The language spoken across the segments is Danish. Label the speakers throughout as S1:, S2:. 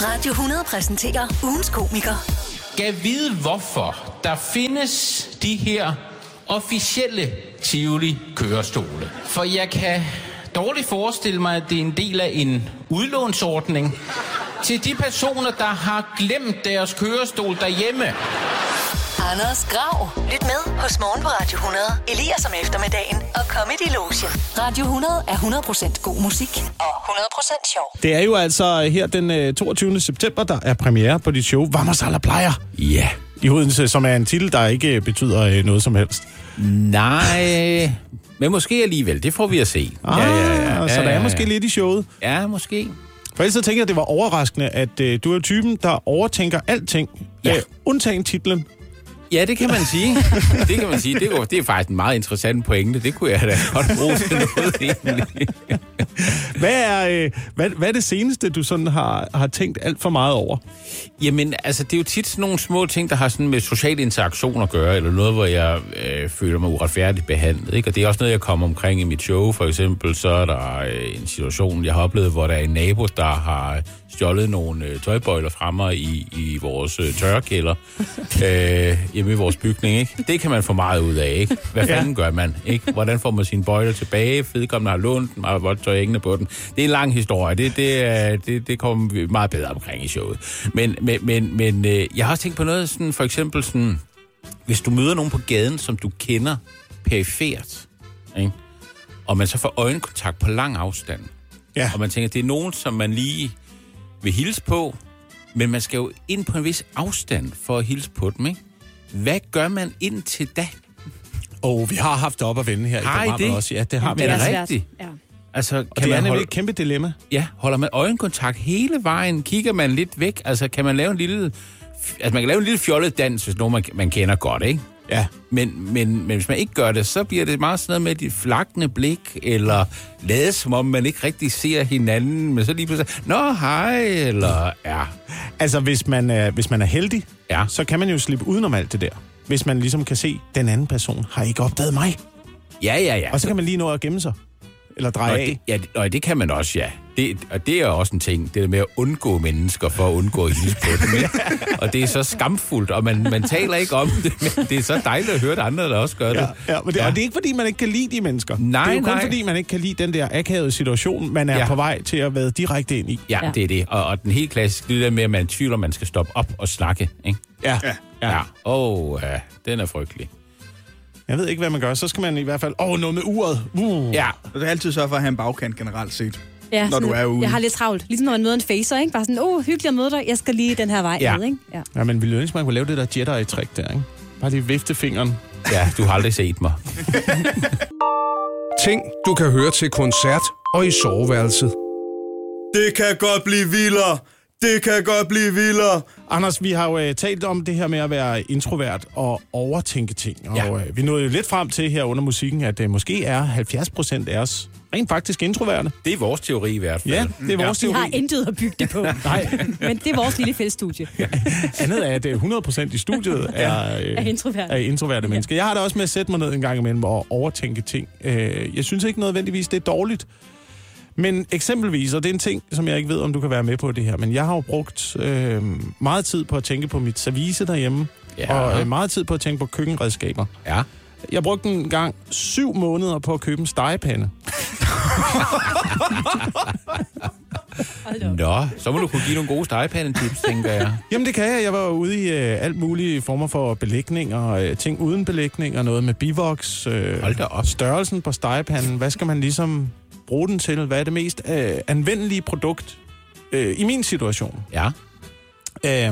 S1: Radio 100 præsenterer ugens komiker.
S2: Gav vide hvorfor der findes de her officielle Tivoli kørestole. For jeg kan dårligt forestille mig, at det er en del af en udlånsordning til de personer, der har glemt deres kørestol derhjemme.
S1: Anders Grav. Lyt med hos Morgen på Radio 100. Elias om eftermiddagen og Comedy Lotion. Radio 100 er 100% god musik og 100% sjov.
S3: Det er jo altså her den øh, 22. september, der er premiere på dit show, Vamos a la Playa.
S4: Ja.
S3: I Odense, som er en titel, der ikke øh, betyder øh, noget som helst.
S4: Nej, men måske alligevel. Det får vi at se.
S3: Ah, Så der
S4: ja,
S3: er
S4: ja.
S3: måske lidt i showet.
S4: Ja, måske.
S3: For ellers så tænker jeg, at det var overraskende, at øh, du er jo typen, der overtænker alting. Ja.
S4: Ja.
S3: Øh, undtagen titlen.
S4: Ja, det kan man sige. Det kan man sige. Det, var, det er faktisk en meget interessant pointe. Det kunne jeg da godt bruge til noget, egentlig.
S3: Hvad er, øh, hvad, hvad er det seneste, du sådan har, har tænkt alt for meget over?
S4: Jamen, altså, det er jo tit sådan nogle små ting, der har sådan med social interaktion at gøre, eller noget, hvor jeg øh, føler mig uretfærdigt behandlet, ikke? Og det er også noget, jeg kommer omkring i mit show. For eksempel, så er der øh, en situation, jeg har oplevet, hvor der er en nabo, der har stjålet nogle øh, tøjbøjler fra mig i, i vores øh, tørrekælder øh, hjemme i vores bygning, ikke? Det kan man få meget ud af, ikke? Hvad
S3: Ja.
S4: fanden gør man, ikke? Hvordan får man sine bøjler tilbage? Vedkommende har lånt dem, har voldtøj hængende på den. Det er en lang historie. Det, det, er- det, det kommer vi meget bedre omkring i showet. Men, men, men, men øh, jeg har også tænkt på noget, sådan, for eksempel sådan, hvis du møder nogen på gaden, som du kender perifert, ikke? og man så får øjenkontakt på lang afstand,
S3: Ja.
S4: og man tænker, det er nogen, som man lige vil hilse på, men man skal jo ind på en vis afstand for at hilse på dem, ikke? Hvad gør man indtil da?
S3: Og oh, vi har haft det op at vende her
S4: Har I det?
S3: Ja, det har vi.
S4: Det
S3: ja.
S4: er
S3: Og
S5: svært.
S4: rigtigt?
S5: Ja.
S4: Altså, kan
S3: det er
S4: man
S3: nemlig
S4: holde,
S3: et kæmpe dilemma.
S4: ja, holder man øjenkontakt hele vejen? Kigger man lidt væk? Altså, kan man lave en lille... Altså, man kan lave en lille fjollet dans, hvis nogen man, man kender godt, ikke?
S3: Ja.
S4: Men, men, men hvis man ikke gør det, så bliver det meget sådan noget med dit flakkende blik, eller lade som om, man ikke rigtig ser hinanden, men så lige pludselig, nå hej, eller ja.
S3: Altså, hvis man, øh, hvis man er heldig,
S4: Ja.
S3: så kan man jo slippe udenom alt det der. Hvis man ligesom kan se, den anden person har ikke opdaget mig.
S4: Ja, ja, ja.
S3: Og så kan man lige nå at gemme sig. Eller dreje
S4: og
S3: af.
S4: det, ja, det- og det kan man også, ja. Det, og det er også en ting, det der med at undgå mennesker for at undgå at hilse på dem. ikke? og det er så skamfuldt, og man, man taler ikke om det, men det er så dejligt at høre, at andre der også gør det.
S3: Ja, ja, men det, ja. Og det er ikke, fordi man ikke kan lide de mennesker.
S4: Nej,
S3: det er jo kun,
S4: nej.
S3: fordi man ikke kan lide den der akavede situation, man er ja.
S4: Ja.
S3: på vej til at være direkte ind i.
S4: Ja,
S5: Ja.
S4: ja, det er det. Og, og den helt klassiske, det der med, at man tvivler, man skal stoppe op og snakke. Ikke?
S3: Ja. ja.
S4: Ja. Åh, ja. den er frygtelig.
S3: Jeg ved ikke, hvad man gør. Så skal man i hvert fald... Åh, oh, noget med uret. Uh.
S4: Ja.
S6: Og det er altid så for at have en bagkant generelt set.
S5: Ja,
S6: når
S5: sådan,
S6: du er ude.
S5: Jeg har lidt travlt. Ligesom når man møder en facer, ikke? Bare sådan, åh, oh, hyggeligt at møde dig. Jeg skal lige den her vej
S4: Ja.
S5: ned, ikke? Ja.
S3: ja men ville ønske, man kunne lave det der Jedi-trick der, ikke? Bare lige vifte fingeren.
S4: Ja, du har aldrig set mig.
S7: Ting, du kan høre til koncert og i soveværelset.
S6: Det kan godt blive vildere. Det kan godt blive vildere.
S3: Anders, vi har jo øh, talt om det her med at være introvert og overtænke ting. Og
S4: Ja.
S3: øh, vi nåede jo lidt frem til her under musikken, at øh, måske er 70 procent af os rent faktisk introverte.
S4: Det er vores teori i hvert fald.
S3: Mm. Ja, det er vores
S5: Vi
S3: teori.
S5: har intet at bygge det på.
S3: Nej,
S5: Men det er vores lille fællestudie.
S3: andet er, at øh, 100% i studiet er, øh,
S5: Er introverte.
S3: er introverte mennesker. Jeg har det også med at sætte mig ned en gang imellem og overtænke ting. Øh, Jeg synes ikke nødvendigvis, det er dårligt. Men eksempelvis, og det er en ting, som jeg ikke ved, om du kan være med på det her, men jeg har jo brugt øh, meget tid på at tænke på mit service derhjemme,
S4: Ja.
S3: og øh, meget tid på at tænke på køkkenredskaber.
S4: Ja.
S3: Jeg brugte en gang syv måneder på at købe en stegepande.
S5: Hold da op.
S4: Nå, så må du kunne give nogle gode stegepandetips, tænker jeg.
S3: Jamen det kan jeg. Jeg var ude i øh, alt mulige former for belægning og øh, ting uden belægning og noget med bivoks. Øh,
S4: Hold da op.
S3: Størrelsen på stegepanden. Hvad skal man ligesom bruge den til? Hvad er det mest øh, anvendelige produkt øh, i min situation?
S4: Ja,
S3: Øh,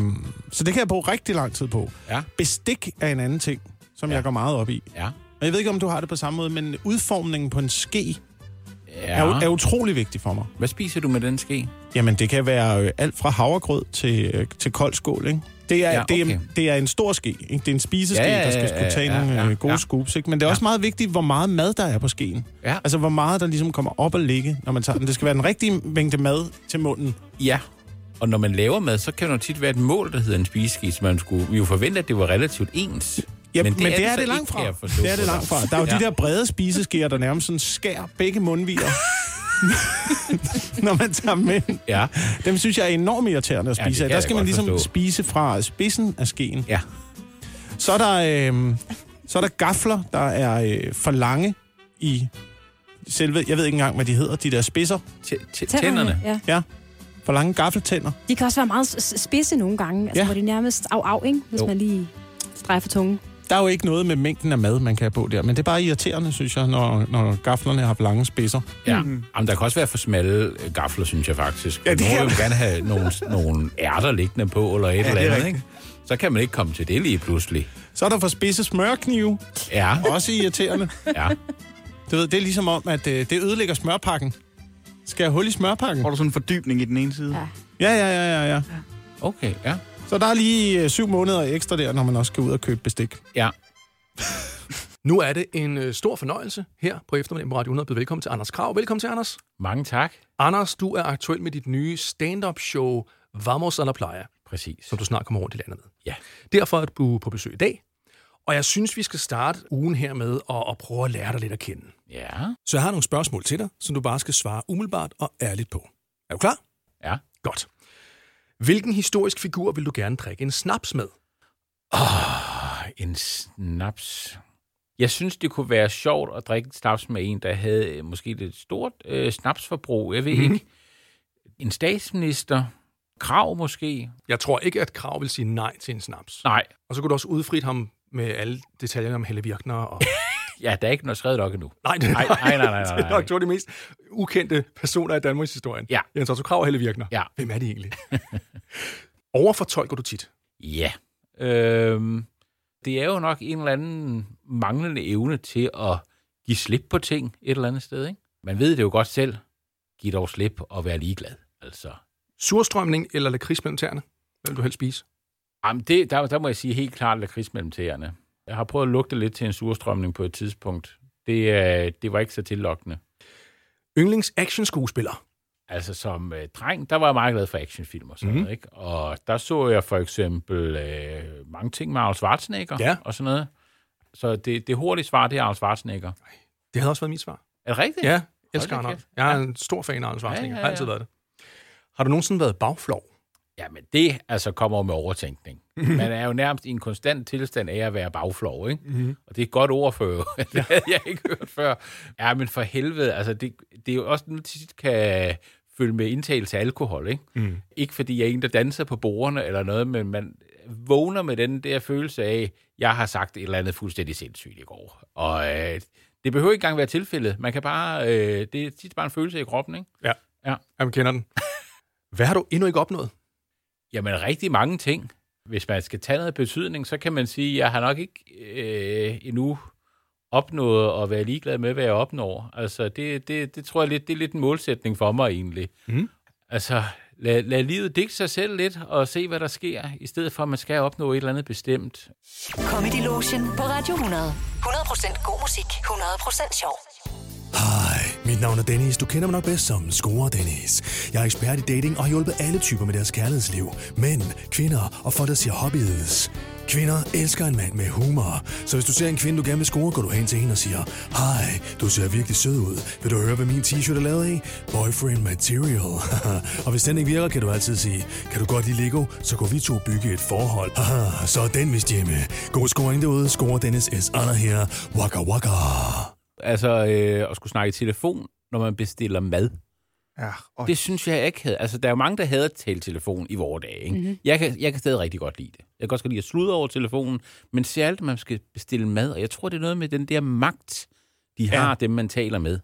S3: så det kan jeg bruge rigtig lang tid på.
S4: ja,
S3: Bestik er en anden ting, som ja.
S4: Ja.
S3: jeg går meget op i.
S4: ja.
S3: Og jeg ved ikke, om du har det på samme måde, men udformningen på en ske ja. er, u- er
S4: ja.
S3: utrolig vigtig for mig.
S4: Hvad spiser du med den ske?
S3: Jamen, det kan være øh, alt fra havregrød til, øh, til kold skål, ikke? Det er, ja,
S4: Ja,
S3: okay. det, er,
S4: okay.
S3: det er en stor ske, ikke? Det er en spiseske, ja, ja, ja, der skal skulle tage ja, ja, nogle øh, gode ja. scoops, ikke? Men det er ja. også meget vigtigt, hvor meget mad der er på skeen.
S4: Ja.
S3: Altså, hvor meget der ligesom kommer op at ligge, når man tager den. Det skal være den rigtige mængde mad til munden.
S4: Ja. Og når man laver mad, så kan der jo tit være et mål, der hedder en spiseske, så man skulle jo forvente, at det var relativt ens.
S3: Ja, men det, men det, er
S4: så
S3: det
S4: ikke,
S3: langt fra.
S4: kan jeg forstå
S3: Det er det
S4: på dig.
S3: langt fra. Der er jo ja.
S4: Ja.
S3: de der brede spiseskeer, der nærmest sådan skærer begge mundviger. når man tager dem ind.
S4: Ja.
S3: Dem synes jeg er enormt irriterende at
S4: Ja, det kan
S3: spise ja, af. Der
S4: jeg
S3: skal
S4: godt
S3: man ligesom
S4: forstå.
S3: spise fra spidsen af skeen.
S4: Ja.
S3: Så er der, øh, så er der gafler, der er øh, for lange i selve... Jeg ved ikke engang, hvad de hedder, de der spidser.
S4: T- t- tænderne.
S5: Ja.
S3: Ja, for lange gaffeltænder.
S5: De kan også være meget s- s- spidse nogle gange, altså,
S3: Ja.
S5: ja. hvor de nærmest af af, ikke? hvis
S4: Jo.
S5: jo. man lige strejfer tungen.
S3: Der er jo ikke noget med mængden af mad, man kan have på der, men det er bare irriterende, synes jeg, når, når gaflerne har for lange spidser.
S4: Ja. Mm. Jamen, der kan også være for smalle øh, gafler, synes jeg faktisk.
S3: Ja,
S4: Ja,
S3: det
S4: det
S3: kan
S4: Nogle vil gerne have nogle, nogle ærter liggende på, eller et ja, eller
S3: det er
S4: andet, ikke? Så kan man ikke komme til det lige pludselig.
S3: Så er der for spidse smørknive,
S4: Ja,
S3: også irriterende.
S4: ja.
S3: Du ved, det er ligesom om, at øh, det ødelægger smørpakken. Skal jeg hul i smørpakken?
S6: Får du sådan en fordybning i den ene side?
S5: Ja.
S3: Ja, ja, ja, ja, ja.
S4: Okay, ja.
S3: Så der er lige øh, syv måneder ekstra der, når man også skal ud og købe bestik.
S4: Ja,
S8: Nu er det en øh, stor fornøjelse her på eftermiddagen på Radio 100 at byde velkommen til Anders Krav. Velkommen til, Anders.
S4: mange tak.
S8: Anders, du er aktuel med dit nye stand-up show Vamos a la Playa,
S4: Præcis.
S8: som du snart kommer rundt i landet med.
S4: Ja.
S8: Derfor er du på besøg i dag, og jeg synes, vi skal starte ugen her med at, at prøve at lære dig lidt at kende.
S4: Ja,
S8: Så jeg har nogle spørgsmål til dig, som du bare skal svare umiddelbart og ærligt på. Er du klar?
S4: ja.
S8: Godt. Hvilken historisk figur vil du gerne drikke en snaps med?
S4: En snaps. Jeg synes, det kunne være sjovt at drikke en snaps med en, der havde øh, måske lidt stort øh, snapsforbrug. Jeg ved
S8: Mhm.
S4: mm-hmm. ikke. En statsminister. Krav måske.
S8: Jeg tror ikke, at Krav vil sige nej til en snaps.
S4: Nej,
S8: Og så kunne du også udfrit ham med alle detaljerne om Helle Virkner. Og...
S4: ja, der er ikke noget skrevet nok endnu.
S8: Nej, det,
S4: Nej, nej, nej, nej, nej,
S8: det er
S4: nej.
S8: nok to af de mest ukendte personer i Danmarks historie.
S4: Ja.
S8: Jens Otto Krav og Helle Virkner.
S4: Ja.
S8: Hvem er de egentlig? Overfortolker du tit?
S4: Ja. Øhm, det er jo nok en eller anden manglende evne til at give slip på ting et eller andet sted. Ikke? Man ved det jo godt selv. Giv dog slip og vær ligeglad. Altså,
S8: Surstrømning eller lakrids mellem tæerne? Hvad vil du helst spise?
S4: jamen det, der, der må jeg sige helt klart lakrids mellem tæerne. Jeg har prøvet at lugte lidt til en surstrømning på et tidspunkt. Det, øh, det var ikke så tillokkende.
S8: Yndlings actionskuespiller.
S4: Altså som øh, dreng, der var jeg meget glad for actionfilm og sådan
S8: Mhm.
S4: mm. noget, ikke? Og der så jeg for eksempel øh, mange ting med Arnold Schwarzenegger
S8: Ja.
S4: og sådan noget. Så det, det hurtige svar, det er Arnold Schwarzenegger.
S8: Det havde også været mit svar.
S4: Er det rigtigt?
S8: Ja, elsker
S4: da
S8: Arnold.
S4: kæft.
S8: Jeg er en stor fan af Arnold Schwarzenegger.
S4: Ja, ja, ja.
S8: Ja, ja, Har altid været det. Har du nogensinde været bagflov?
S4: Jamen, det altså kommer jo med overtænkning. Man er jo nærmest i en konstant tilstand af at være bagflov, ikke? Mm-hmm. Og det er et godt ord for jo. det havde jeg ikke hørt før. Ja, men for helvede, altså det, det er jo også nu tit kan følge med indtagelse af alkohol, ikke? Mm. Ikke fordi jeg er en, der danser på bordene eller noget, men man vågner med den der følelse af, jeg har sagt et eller andet fuldstændig sindssygt i går. Og øh, det behøver ikke engang være tilfældet. Man kan bare, øh, det er tit bare en følelse i kroppen, ikke?
S8: Ja.
S4: Ja.
S8: Jamen, kender den. Hvad har du endnu ikke opnået?
S4: Jamen rigtig mange ting. Hvis man skal tage noget betydning, så kan man sige, at jeg har nok ikke øh, endnu opnået at være ligeglad med, hvad jeg opnår. Altså, det, det, det tror jeg lidt, det er lidt en målsætning for mig egentlig.
S8: Mm.
S4: Altså, lad, lad livet digte sig selv lidt og se, hvad der sker, i stedet for, at man skal opnå et eller andet bestemt.
S1: Comedy Lotion på Radio 100. 100% god musik, 100% sjov.
S9: Hej, mit navn er Dennis. Du kender mig nok bedst som Score Dennis. Jeg er ekspert i dating og har hjulpet alle typer med deres kærlighedsliv. Mænd, kvinder og folk, der siger hobbies. Kvinder elsker en mand med humor. Så hvis du ser en kvinde, du gerne vil score, går du hen til hende og siger, Hej, du ser virkelig sød ud. Vil du høre, hvad min t-shirt er lavet af? Boyfriend material. og hvis den ikke virker, kan du altid sige, kan du godt lide Lego, så går vi to bygge et forhold. så er den vist hjemme. God scoring derude. Score Dennis S. Anna her. Waka waka.
S4: Altså, øh, at skulle snakke i telefon, når man bestiller mad.
S6: Ja, og
S4: Det synes jeg ikke havde. Altså, der er jo mange, der hader at tale telefon i vore dage. Ikke? Mm-hmm. Jeg, kan, jeg kan stadig rigtig godt lide det. Jeg kan godt lide at sludre over telefonen, men særligt, når man skal bestille mad. Og jeg tror, det er noget med den der magt, de har, ja. dem man taler med.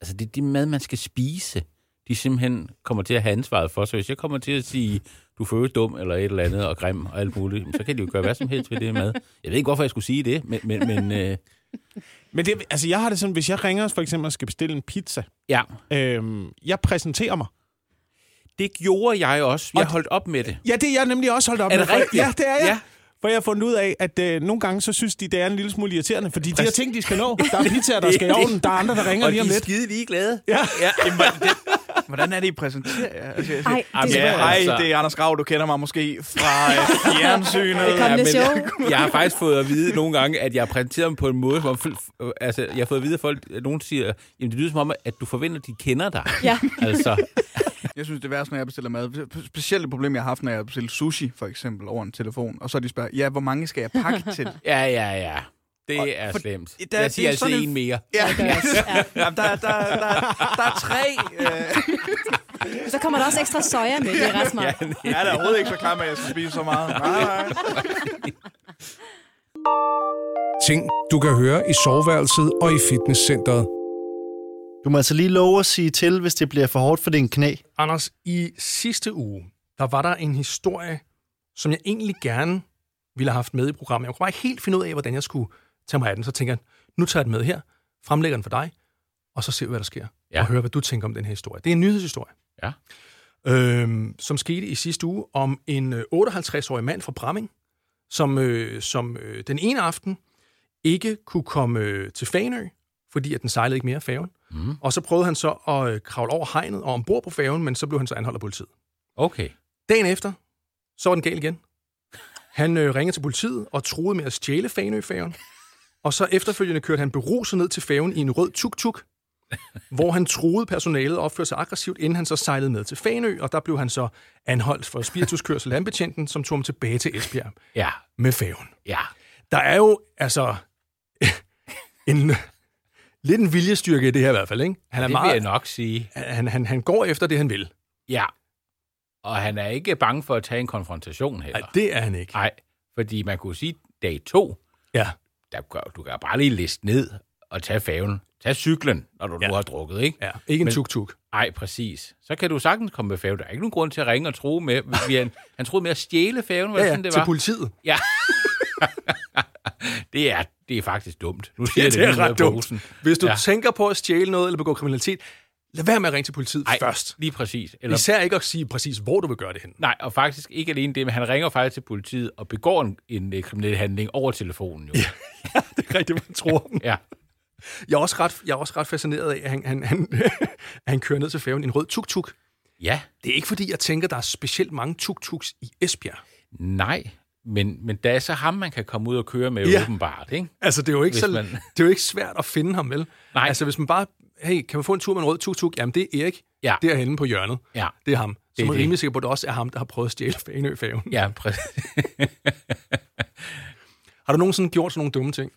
S4: Altså, det er det mad, man skal spise, de simpelthen kommer til at have ansvaret for. Så hvis jeg kommer til at sige, du føler dum eller et eller andet og grim og alt muligt, så kan de jo gøre hvad som helst ved det mad. Jeg ved ikke, hvorfor jeg skulle sige det, men, men, men øh,
S3: Men det, altså, jeg har det sådan, hvis jeg ringer for eksempel og skal bestille en pizza,
S4: ja,
S3: øhm, jeg præsenterer mig.
S4: det gjorde jeg også. Jeg holdt op med det.
S3: Ja, det er jeg nemlig også holdt op
S4: Er
S3: med.
S4: det
S3: for-
S4: rigtigt?
S3: Ja, det er jeg.
S4: Ja.
S3: For jeg har fundet ud af, at øh, nogle gange, så synes de, det er en lille smule irriterende, fordi de har ting, de skal nå. Der er pizzaer, der skal i ovnen, der er andre, der ringer
S4: og
S3: lige om
S4: de er
S3: lidt.
S4: skide ligeglade.
S3: Ja.
S4: ja jamen, det,
S10: Hvordan er det, I præsenterer jer? Altså, jeg-
S5: Ej, det
S10: Jamen,
S5: er
S10: ja,
S4: svært.
S10: hej,
S4: altså.
S10: det er Anders Grav. Du kender mig måske fra øh, fjernsynet.
S5: Det kommende
S10: Ja, men-
S5: show.
S4: Jeg har faktisk fået at vide nogle gange, at jeg har præsenteret dem på en måde, hvor fol- altså, jeg har fået at vide, at folk, at nogen siger, jamen det lyder som om, at du forventer, at de kender dig.
S5: Ja.
S4: Altså,
S10: Jeg synes, det er værst, når jeg bestiller mad. Specielt et problem, jeg har haft, når jeg bestiller sushi, for eksempel, over en telefon. Og så de spørger, ja, hvor mange skal jeg pakke til?
S4: ja, ja, ja. Det
S10: Og-
S4: er
S10: for-
S4: slemt.
S10: der-
S4: jeg
S10: det
S4: siger
S10: er
S4: altid
S10: sådan
S4: en
S10: en-
S4: mere.
S10: Ja, ja. Jamen, der, der, der, der, der er tre. Øh,
S5: Så kommer der også ekstra soja med, det er ret smart.
S10: jeg er da overhovedet ikke så klar med, at jeg skal spise så meget. Nej, nej.
S7: Ting, du kan høre i soveværelset og i fitnesscenteret.
S11: Du må altså lige love at sige til, hvis det bliver for hårdt for din knæ.
S8: Anders, i sidste uge, der var der en historie, som jeg egentlig gerne ville have haft med i programmet. Jeg kunne bare ikke helt finde ud af, hvordan jeg skulle tage mig af den. Så tænker jeg, nu tager jeg den med her, fremlægger den for dig, og så ser vi, hvad der sker.
S4: Ja.
S8: Ja. Og hører, hvad du tænker om den her historie. Det er en nyhedshistorie.
S4: Ja.
S8: Øhm, som skete i sidste uge om en øh, 58-årig mand fra Bramming, som, øh, som øh, den ene aften ikke kunne komme øh, til Fanø, fordi at den sejlede ikke mere færgen.
S4: Mm.
S8: Og så prøvede han så at øh, kravle over hegnet og ombord på færgen, men så blev han så anholdt af politiet.
S4: Okay.
S8: Dagen efter, så var den gal igen. Han øh, ringede til politiet og troede med at stjæle Fanø-færgen. Og så efterfølgende kørte han beruset ned til færgen i en rød tuk-tuk, hvor han troede personalet og opførte sig aggressivt, inden han så sejlede med til Fanø, og der blev han så anholdt for spirituskørsel af landbetjenten, som tog ham tilbage til Esbjerg
S4: Ja,
S8: med færgen.
S4: ja.
S8: Der er jo, altså, en, lidt en viljestyrke i det her i hvert fald, ikke? Han er
S4: det vil jeg
S8: meget,
S4: nok sige.
S8: han, han, han går efter det, han vil.
S4: Ja. Og han er ikke bange for at tage en konfrontation heller.
S8: Nej, det er han ikke.
S4: Nej, fordi man kunne sige, dag to,
S8: Ja.
S4: der, gør- du kan bare lige liste ned og tage færgen. Tag cyklen, når du ja.
S8: Ja.
S4: nu har drukket, ikke?
S8: ja. Ikke en
S4: Men-
S8: tuk-tuk.
S4: Nej, præcis. Så kan du sagtens komme med færgen. Der er ikke nogen grund til at ringe og tro med. Vi- Han, han troede med at stjæle færgen, var
S8: Ja,
S4: det
S8: ja,
S4: sådan, det
S8: til
S4: var?
S8: politiet.
S4: Ja. det, er, det er faktisk dumt. Nu siger
S8: Ja,
S4: jeg
S8: det er
S4: lige
S8: ret
S4: ned på
S8: dumt.
S4: posen.
S8: Hvis du
S4: Ja.
S8: ja. tænker på at stjæle noget eller begå kriminalitet, lad være med at ringe til politiet
S4: Ej,
S8: Ej. først.
S4: Lige præcis. Eller,
S8: Især ikke at sige præcis, hvor du vil gøre det hen.
S4: Nej, og faktisk ikke alene det, men han ringer faktisk til politiet og begår en, en øh, kriminel handling over telefonen. Jo. Ja.
S8: Det er rigtigt, man tror.
S4: ja.
S8: Jeg er også ret, jeg er også ret fascineret af, at han, han, han, at han kører ned til færgen i en rød tuk-tuk.
S4: ja.
S8: Det er ikke fordi, jeg tænker, der er specielt mange tuk-tuks i Esbjerg.
S4: Nej, men, men der er så ham, man kan komme ud og køre med ja.
S8: Ja.
S4: åbenbart, ikke?
S8: Altså, det er jo ikke,
S4: Hvis
S8: så,
S4: man-
S8: det er jo ikke svært at finde ham, vel?
S4: Nej.
S8: Altså, hvis man bare, hey, kan man få en tur med en rød tuk-tuk? Jamen, det er Erik
S4: Ja.
S8: derhenne på hjørnet.
S4: Ja.
S8: Det er ham.
S4: Det
S8: Så
S4: er
S8: man er
S4: det.
S8: rimelig sikker på, at det også er ham, der har prøvet at stjæle Fanø-færgen.
S4: Ja, præcis.
S8: Har du nogensinde gjort sådan nogle dumme ting?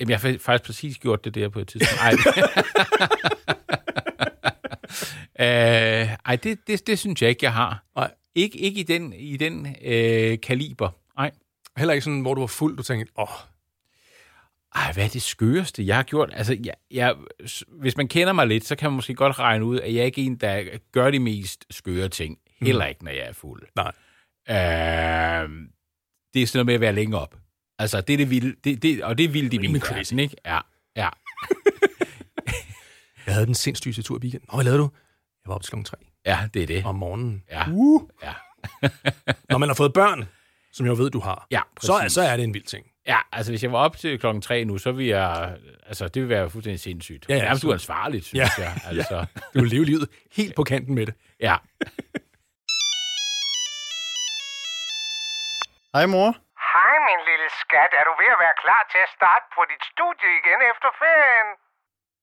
S4: Jamen, jeg har fa- faktisk præcis gjort det der på et tidspunkt. Ej, øh, ej det, det, det synes jeg ikke, jeg har.
S8: Nej.
S4: Ikke, ikke i den, i den øh, kaliber. Nej.
S8: Heller ikke sådan, hvor du var fuld, du tænkte, åh, oh,
S4: Ej, hvad er det skøreste, jeg har gjort? Altså, jeg, jeg, s- hvis man kender mig lidt, så kan man måske godt regne ud, at jeg ikke er en, der gør de mest skøre ting. Heller ikke, når jeg er fuld.
S8: Nej.
S4: Øh, det er sådan noget med at være længe op. Altså, det er det vilde, det, det, og det er vildt i min
S8: Rimelig crazy.
S4: verden, ikke? Ja, ja.
S8: jeg havde den sindssygeste tur i weekenden. Nå, hvad lavede du? Jeg var op til klokken tre
S4: Ja, det er det.
S8: om morgenen.
S4: Ja.
S8: Uh.
S4: Ja.
S8: Når man har fået børn, som jeg jo ved, du har,
S4: Ja,
S8: så, er,
S4: præcis.
S8: så er det en vild ting.
S4: Ja, altså hvis jeg var op til klokken tre nu, så ville jeg... Altså, det ville være fuldstændig sindssygt. Ja,
S8: Ja, ja,
S4: ja, Nærmest
S8: absolut.
S4: uansvarligt, synes ja. jeg. Altså,
S8: Du vil leve livet helt på kanten med det.
S4: ja.
S11: Hej mor.
S12: Hej, min lille skat. Er du ved at være klar til at starte på dit studie igen efter ferien?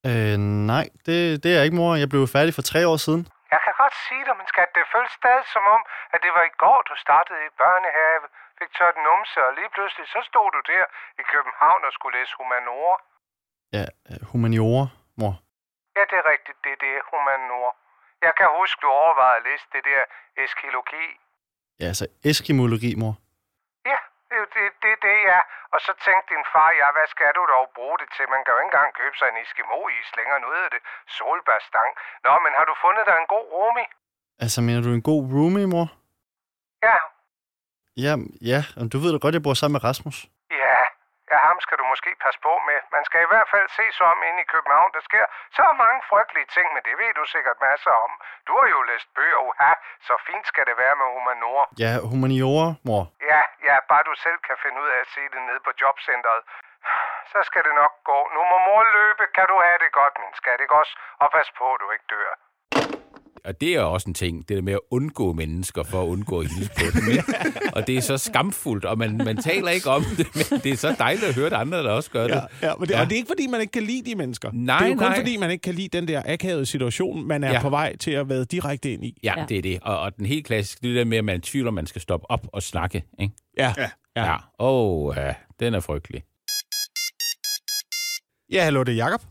S11: Øh, nej, det, det er jeg ikke mor. Jeg blev færdig for tre år siden.
S12: Jeg kan godt sige dig, min skat, det føles stadig som om, at det var i går, du startede i børnehave, fik tørt numse, og lige pludselig så stod du der i København og skulle læse humanorer.
S11: Ja, øh, humaniora, mor.
S12: Ja, det er rigtigt, det er det, humanorer. Jeg kan huske, du overvejede at læse det der eskologi.
S11: Ja, altså eskimologi, mor.
S12: Ja, det er det, det, det er. Og så tænkte din far, ja, hvad skal du dog bruge det til? Man kan jo ikke engang købe sig en Eskimo-is længere, nu hedder det solbærstang. Nå, men har du fundet dig en god roomie?
S11: Altså, mener du en god roomie, mor?
S12: Ja,
S11: Ja, ja, Jamen, du ved da godt, jeg bor sammen med Rasmus.
S12: ja. Ja, ham skal du måske passe på med. Man skal i hvert fald se sig om inde i København. Der sker så mange frygtelige ting, men det ved du sikkert masser om. Du har jo læst bøger, uha, så fint skal det være med humanorer.
S11: Ja, humaniora, mor.
S12: Ja, ja, bare du selv kan finde ud af at se det nede på jobcentret. Så skal det nok gå. Nu må mor løbe. Kan du have det godt, min skat, ikke også? Og pas på, at du ikke dør.
S4: og det er også en ting, det der med at undgå mennesker for at undgå at hilse på dem. ikke? og det er så skamfuldt, og man, man taler ikke om det, men det er så dejligt at høre, at andre der også gør det.
S3: Ja, ja, men det, ja. Og det er ikke, fordi man ikke kan lide de mennesker.
S4: Nej,
S3: det er jo kun,
S4: nej.
S3: fordi man ikke kan lide den der akavede situation, man er
S4: Ja.
S3: ja. på vej til at være direkte ind i.
S4: Ja, ja, det er det. Og, og den helt klassiske, det er det der med, at man tvivler, man skal stoppe op og snakke. Ikke?
S3: Ja.
S4: Ja. ja. Åh, ja. den er frygtelig.
S3: Ja, hallo, det er Jacob.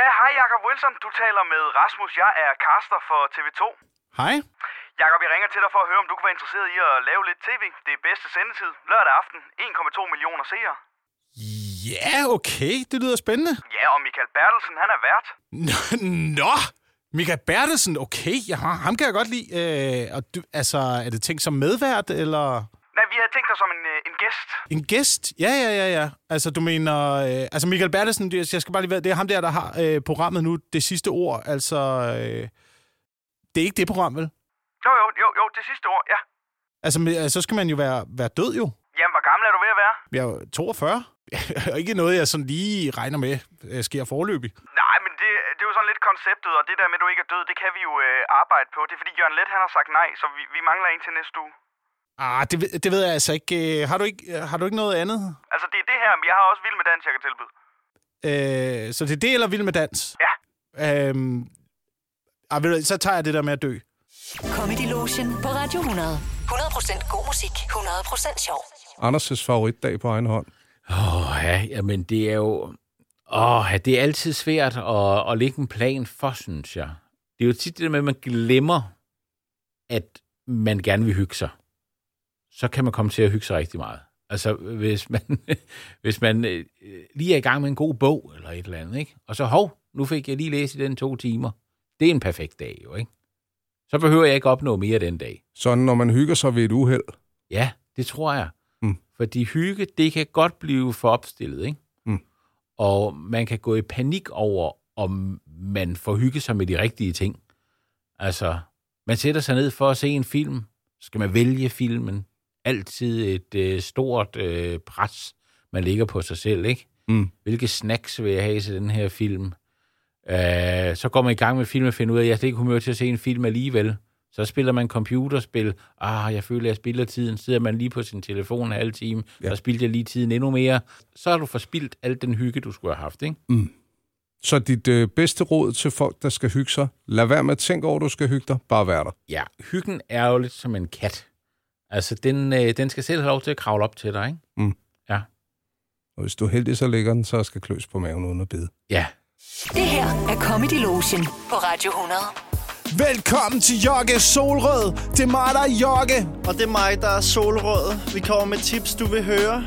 S13: Ja, hej Jakob Wilson. Du taler med Rasmus. Jeg er caster for TV2.
S3: Hej.
S13: Jakob, jeg ringer til dig for at høre, om du kunne være interesseret i at lave lidt tv. Det er bedste sendetid. Lørdag aften. 1,2 millioner seere.
S3: Ja, okay. Det lyder spændende.
S13: Ja, og Michael Bertelsen, han er vært.
S3: Nå! Michael Bertelsen, okay. Ja, ham kan jeg godt lide. Øh, og du, altså, er det tænkt som medvært, eller...
S13: Nej, vi havde tænkt dig som en, øh, en gæst.
S3: En gæst? Ja, ja, ja, ja. Altså, du mener... Øh, altså, Michael Bertelsen, det- jeg skal bare lige være... Det er ham der, der har øh, programmet nu, det sidste ord. Altså, øh, det er ikke det program, vel?
S13: Jo, jo, jo, jo, det sidste ord, ja.
S3: Altså, men, øh, så skal man jo være, være død, jo.
S13: Jamen, hvor gammel er du ved at være?
S3: Jeg er jo 42. Og ikke noget, jeg sådan lige regner med, øh, sker forløbig.
S13: Nej, men det, det er jo sådan lidt konceptet, og det der med, at du ikke er død, det kan vi jo øh, arbejde på. Det er fordi Jørgen Let, han har sagt nej, så vi, vi mangler en til næste uge.
S3: Ah, det, ved- det ved jeg altså ikke. Øh, har, du ikke har du ikke noget andet?
S13: Altså, det er det her, men jeg har også vild med dans, jeg kan tilbyde.
S3: Øh, så det er det, eller Vild med Dans? Ja. Øhm, ah, ved du, hvad, så tager jeg det der med at dø.
S1: Comedy Lotion på Radio 100. 100% god musik, 100% sjov.
S7: Anders' favoritdag på egen hånd.
S4: Åh, oh, ja, jamen det er jo... Åh, oh, det er altid svært at, at lægge en plan for, synes jeg. Det er jo tit det der med, at man glemmer, at man gerne vil hygge sig. Så kan man komme til at hygge sig rigtig meget. Altså, hvis man, hvis man øh, lige er i gang med en god bog eller et eller andet, ikke? Og så, hov, nu fik jeg lige læst i den to timer. Det er en perfekt dag, jo, ikke? Så behøver jeg ikke opnå mere den dag.
S7: Sådan, når man hygger sig ved et uheld.
S4: Ja, det tror jeg.
S7: Mm.
S4: Fordi hygge, det kan godt blive for opstillet, ikke?
S7: Mm.
S4: Og man kan gå i panik over, om man får hygget sig med de rigtige ting. Altså, man sætter sig ned for at se en film. Så skal man vælge filmen. Altid et øh, stort øh, pres, man ligger på sig selv, ikke?
S7: Mm.
S4: Hvilke snacks vil jeg have til den her film? Øh, så går man i gang med filmen og finder ud af, at jeg er slet ikke i humør til at se en film alligevel. Så spiller man computerspil. Ah, jeg føler, jeg spilder tiden. Sidder man lige på sin telefon en halv time, ja. så spilder jeg lige tiden endnu mere. Så har du forspildt al den hygge, du skulle have haft, ikke?
S7: Mm. Så dit øh, bedste råd til folk, der skal hygge sig, lad være med at tænke over, at du skal hygge dig. Bare vær der.
S4: Ja, hyggen er jo lidt som en kat. Altså, den, øh, den skal selv have lov til at kravle op til dig, ikke?
S7: Mm.
S4: Ja.
S7: Og hvis du er heldig, så ligger den, så skal kløs på maven uden at bide.
S4: Ja.
S1: Det her er Comedy Lotion på Radio 100.
S3: Velkommen til Jokke Solrød. Det er mig, der er Jokke.
S11: Og det er mig, der er solrød. Vi kommer med tips, du vil høre.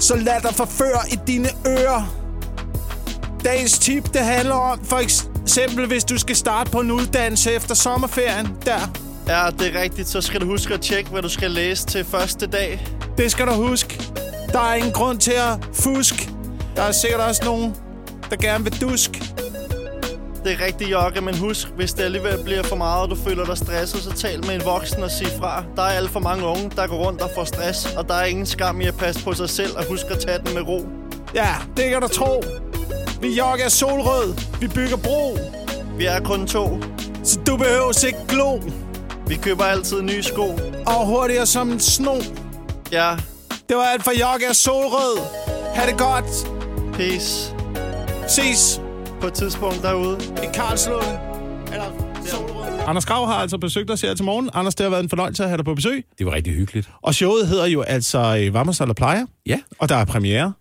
S3: Så lad dig forføre i dine ører. Dagens tip, det handler om, for eksempel hvis du skal starte på en uddannelse efter sommerferien, der.
S11: Ja, det er rigtigt. Så skal du huske at tjekke, hvad du skal læse til første dag.
S3: Det skal du huske. Der er ingen grund til at fusk. Der er sikkert også nogen, der gerne vil dusk.
S11: Det er rigtigt, Jokke, men husk, hvis det alligevel bliver for meget, og du føler dig stresset, så tal med en voksen og sig fra. Der er alt for mange unge, der går rundt og får stress, og der er ingen skam i at passe på sig selv og huske at tage den med ro.
S3: Ja, det kan du tro. Vi jogger solrød. Vi bygger bro.
S11: Vi er kun to.
S3: Så du behøver ikke glo.
S11: Vi køber altid nye sko.
S3: Og hurtigere som en sno.
S11: Ja.
S3: Det var alt for jogger solrød. Ha' det godt.
S11: Peace.
S3: Ses.
S11: På et tidspunkt derude.
S3: I Karlslund. Anders Grav har altså besøgt os her til morgen. Anders, det har været en fornøjelse at have dig på besøg.
S4: Det var rigtig hyggeligt.
S3: Og showet hedder jo altså Vammers eller Plejer.
S4: Ja.
S3: Og der er premiere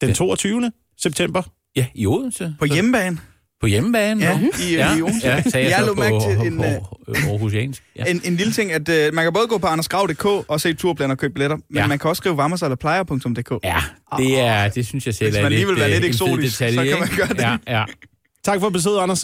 S3: den 22. september.
S4: Ja, i Odense.
S10: På hjemmebane.
S4: På hjemmebane?
S10: Ja,
S4: nå.
S10: i, ja. i Odense.
S4: Ja, sagde øh, jeg,
S10: jeg
S4: så
S10: lå
S4: på,
S10: mærke til en,
S4: på,
S10: øh,
S4: på, øh, Aarhusiansk. Ja.
S10: en, en lille ting, at øh, man kan både gå på andersgrav.dk og se turplaner og købe billetter, men
S4: Ja.
S10: man kan også skrive vammersalderplejer.dk.
S4: Ja, det, er, det synes jeg selv
S10: Hvis
S4: er
S10: man lige
S4: lidt,
S10: vil være
S4: øh,
S10: lidt
S4: en fed
S10: eksotisk, så
S4: detalje,
S10: kan man
S4: ikke?
S10: gøre det.
S4: Ja, ja.
S3: Tak for besøget, Anders.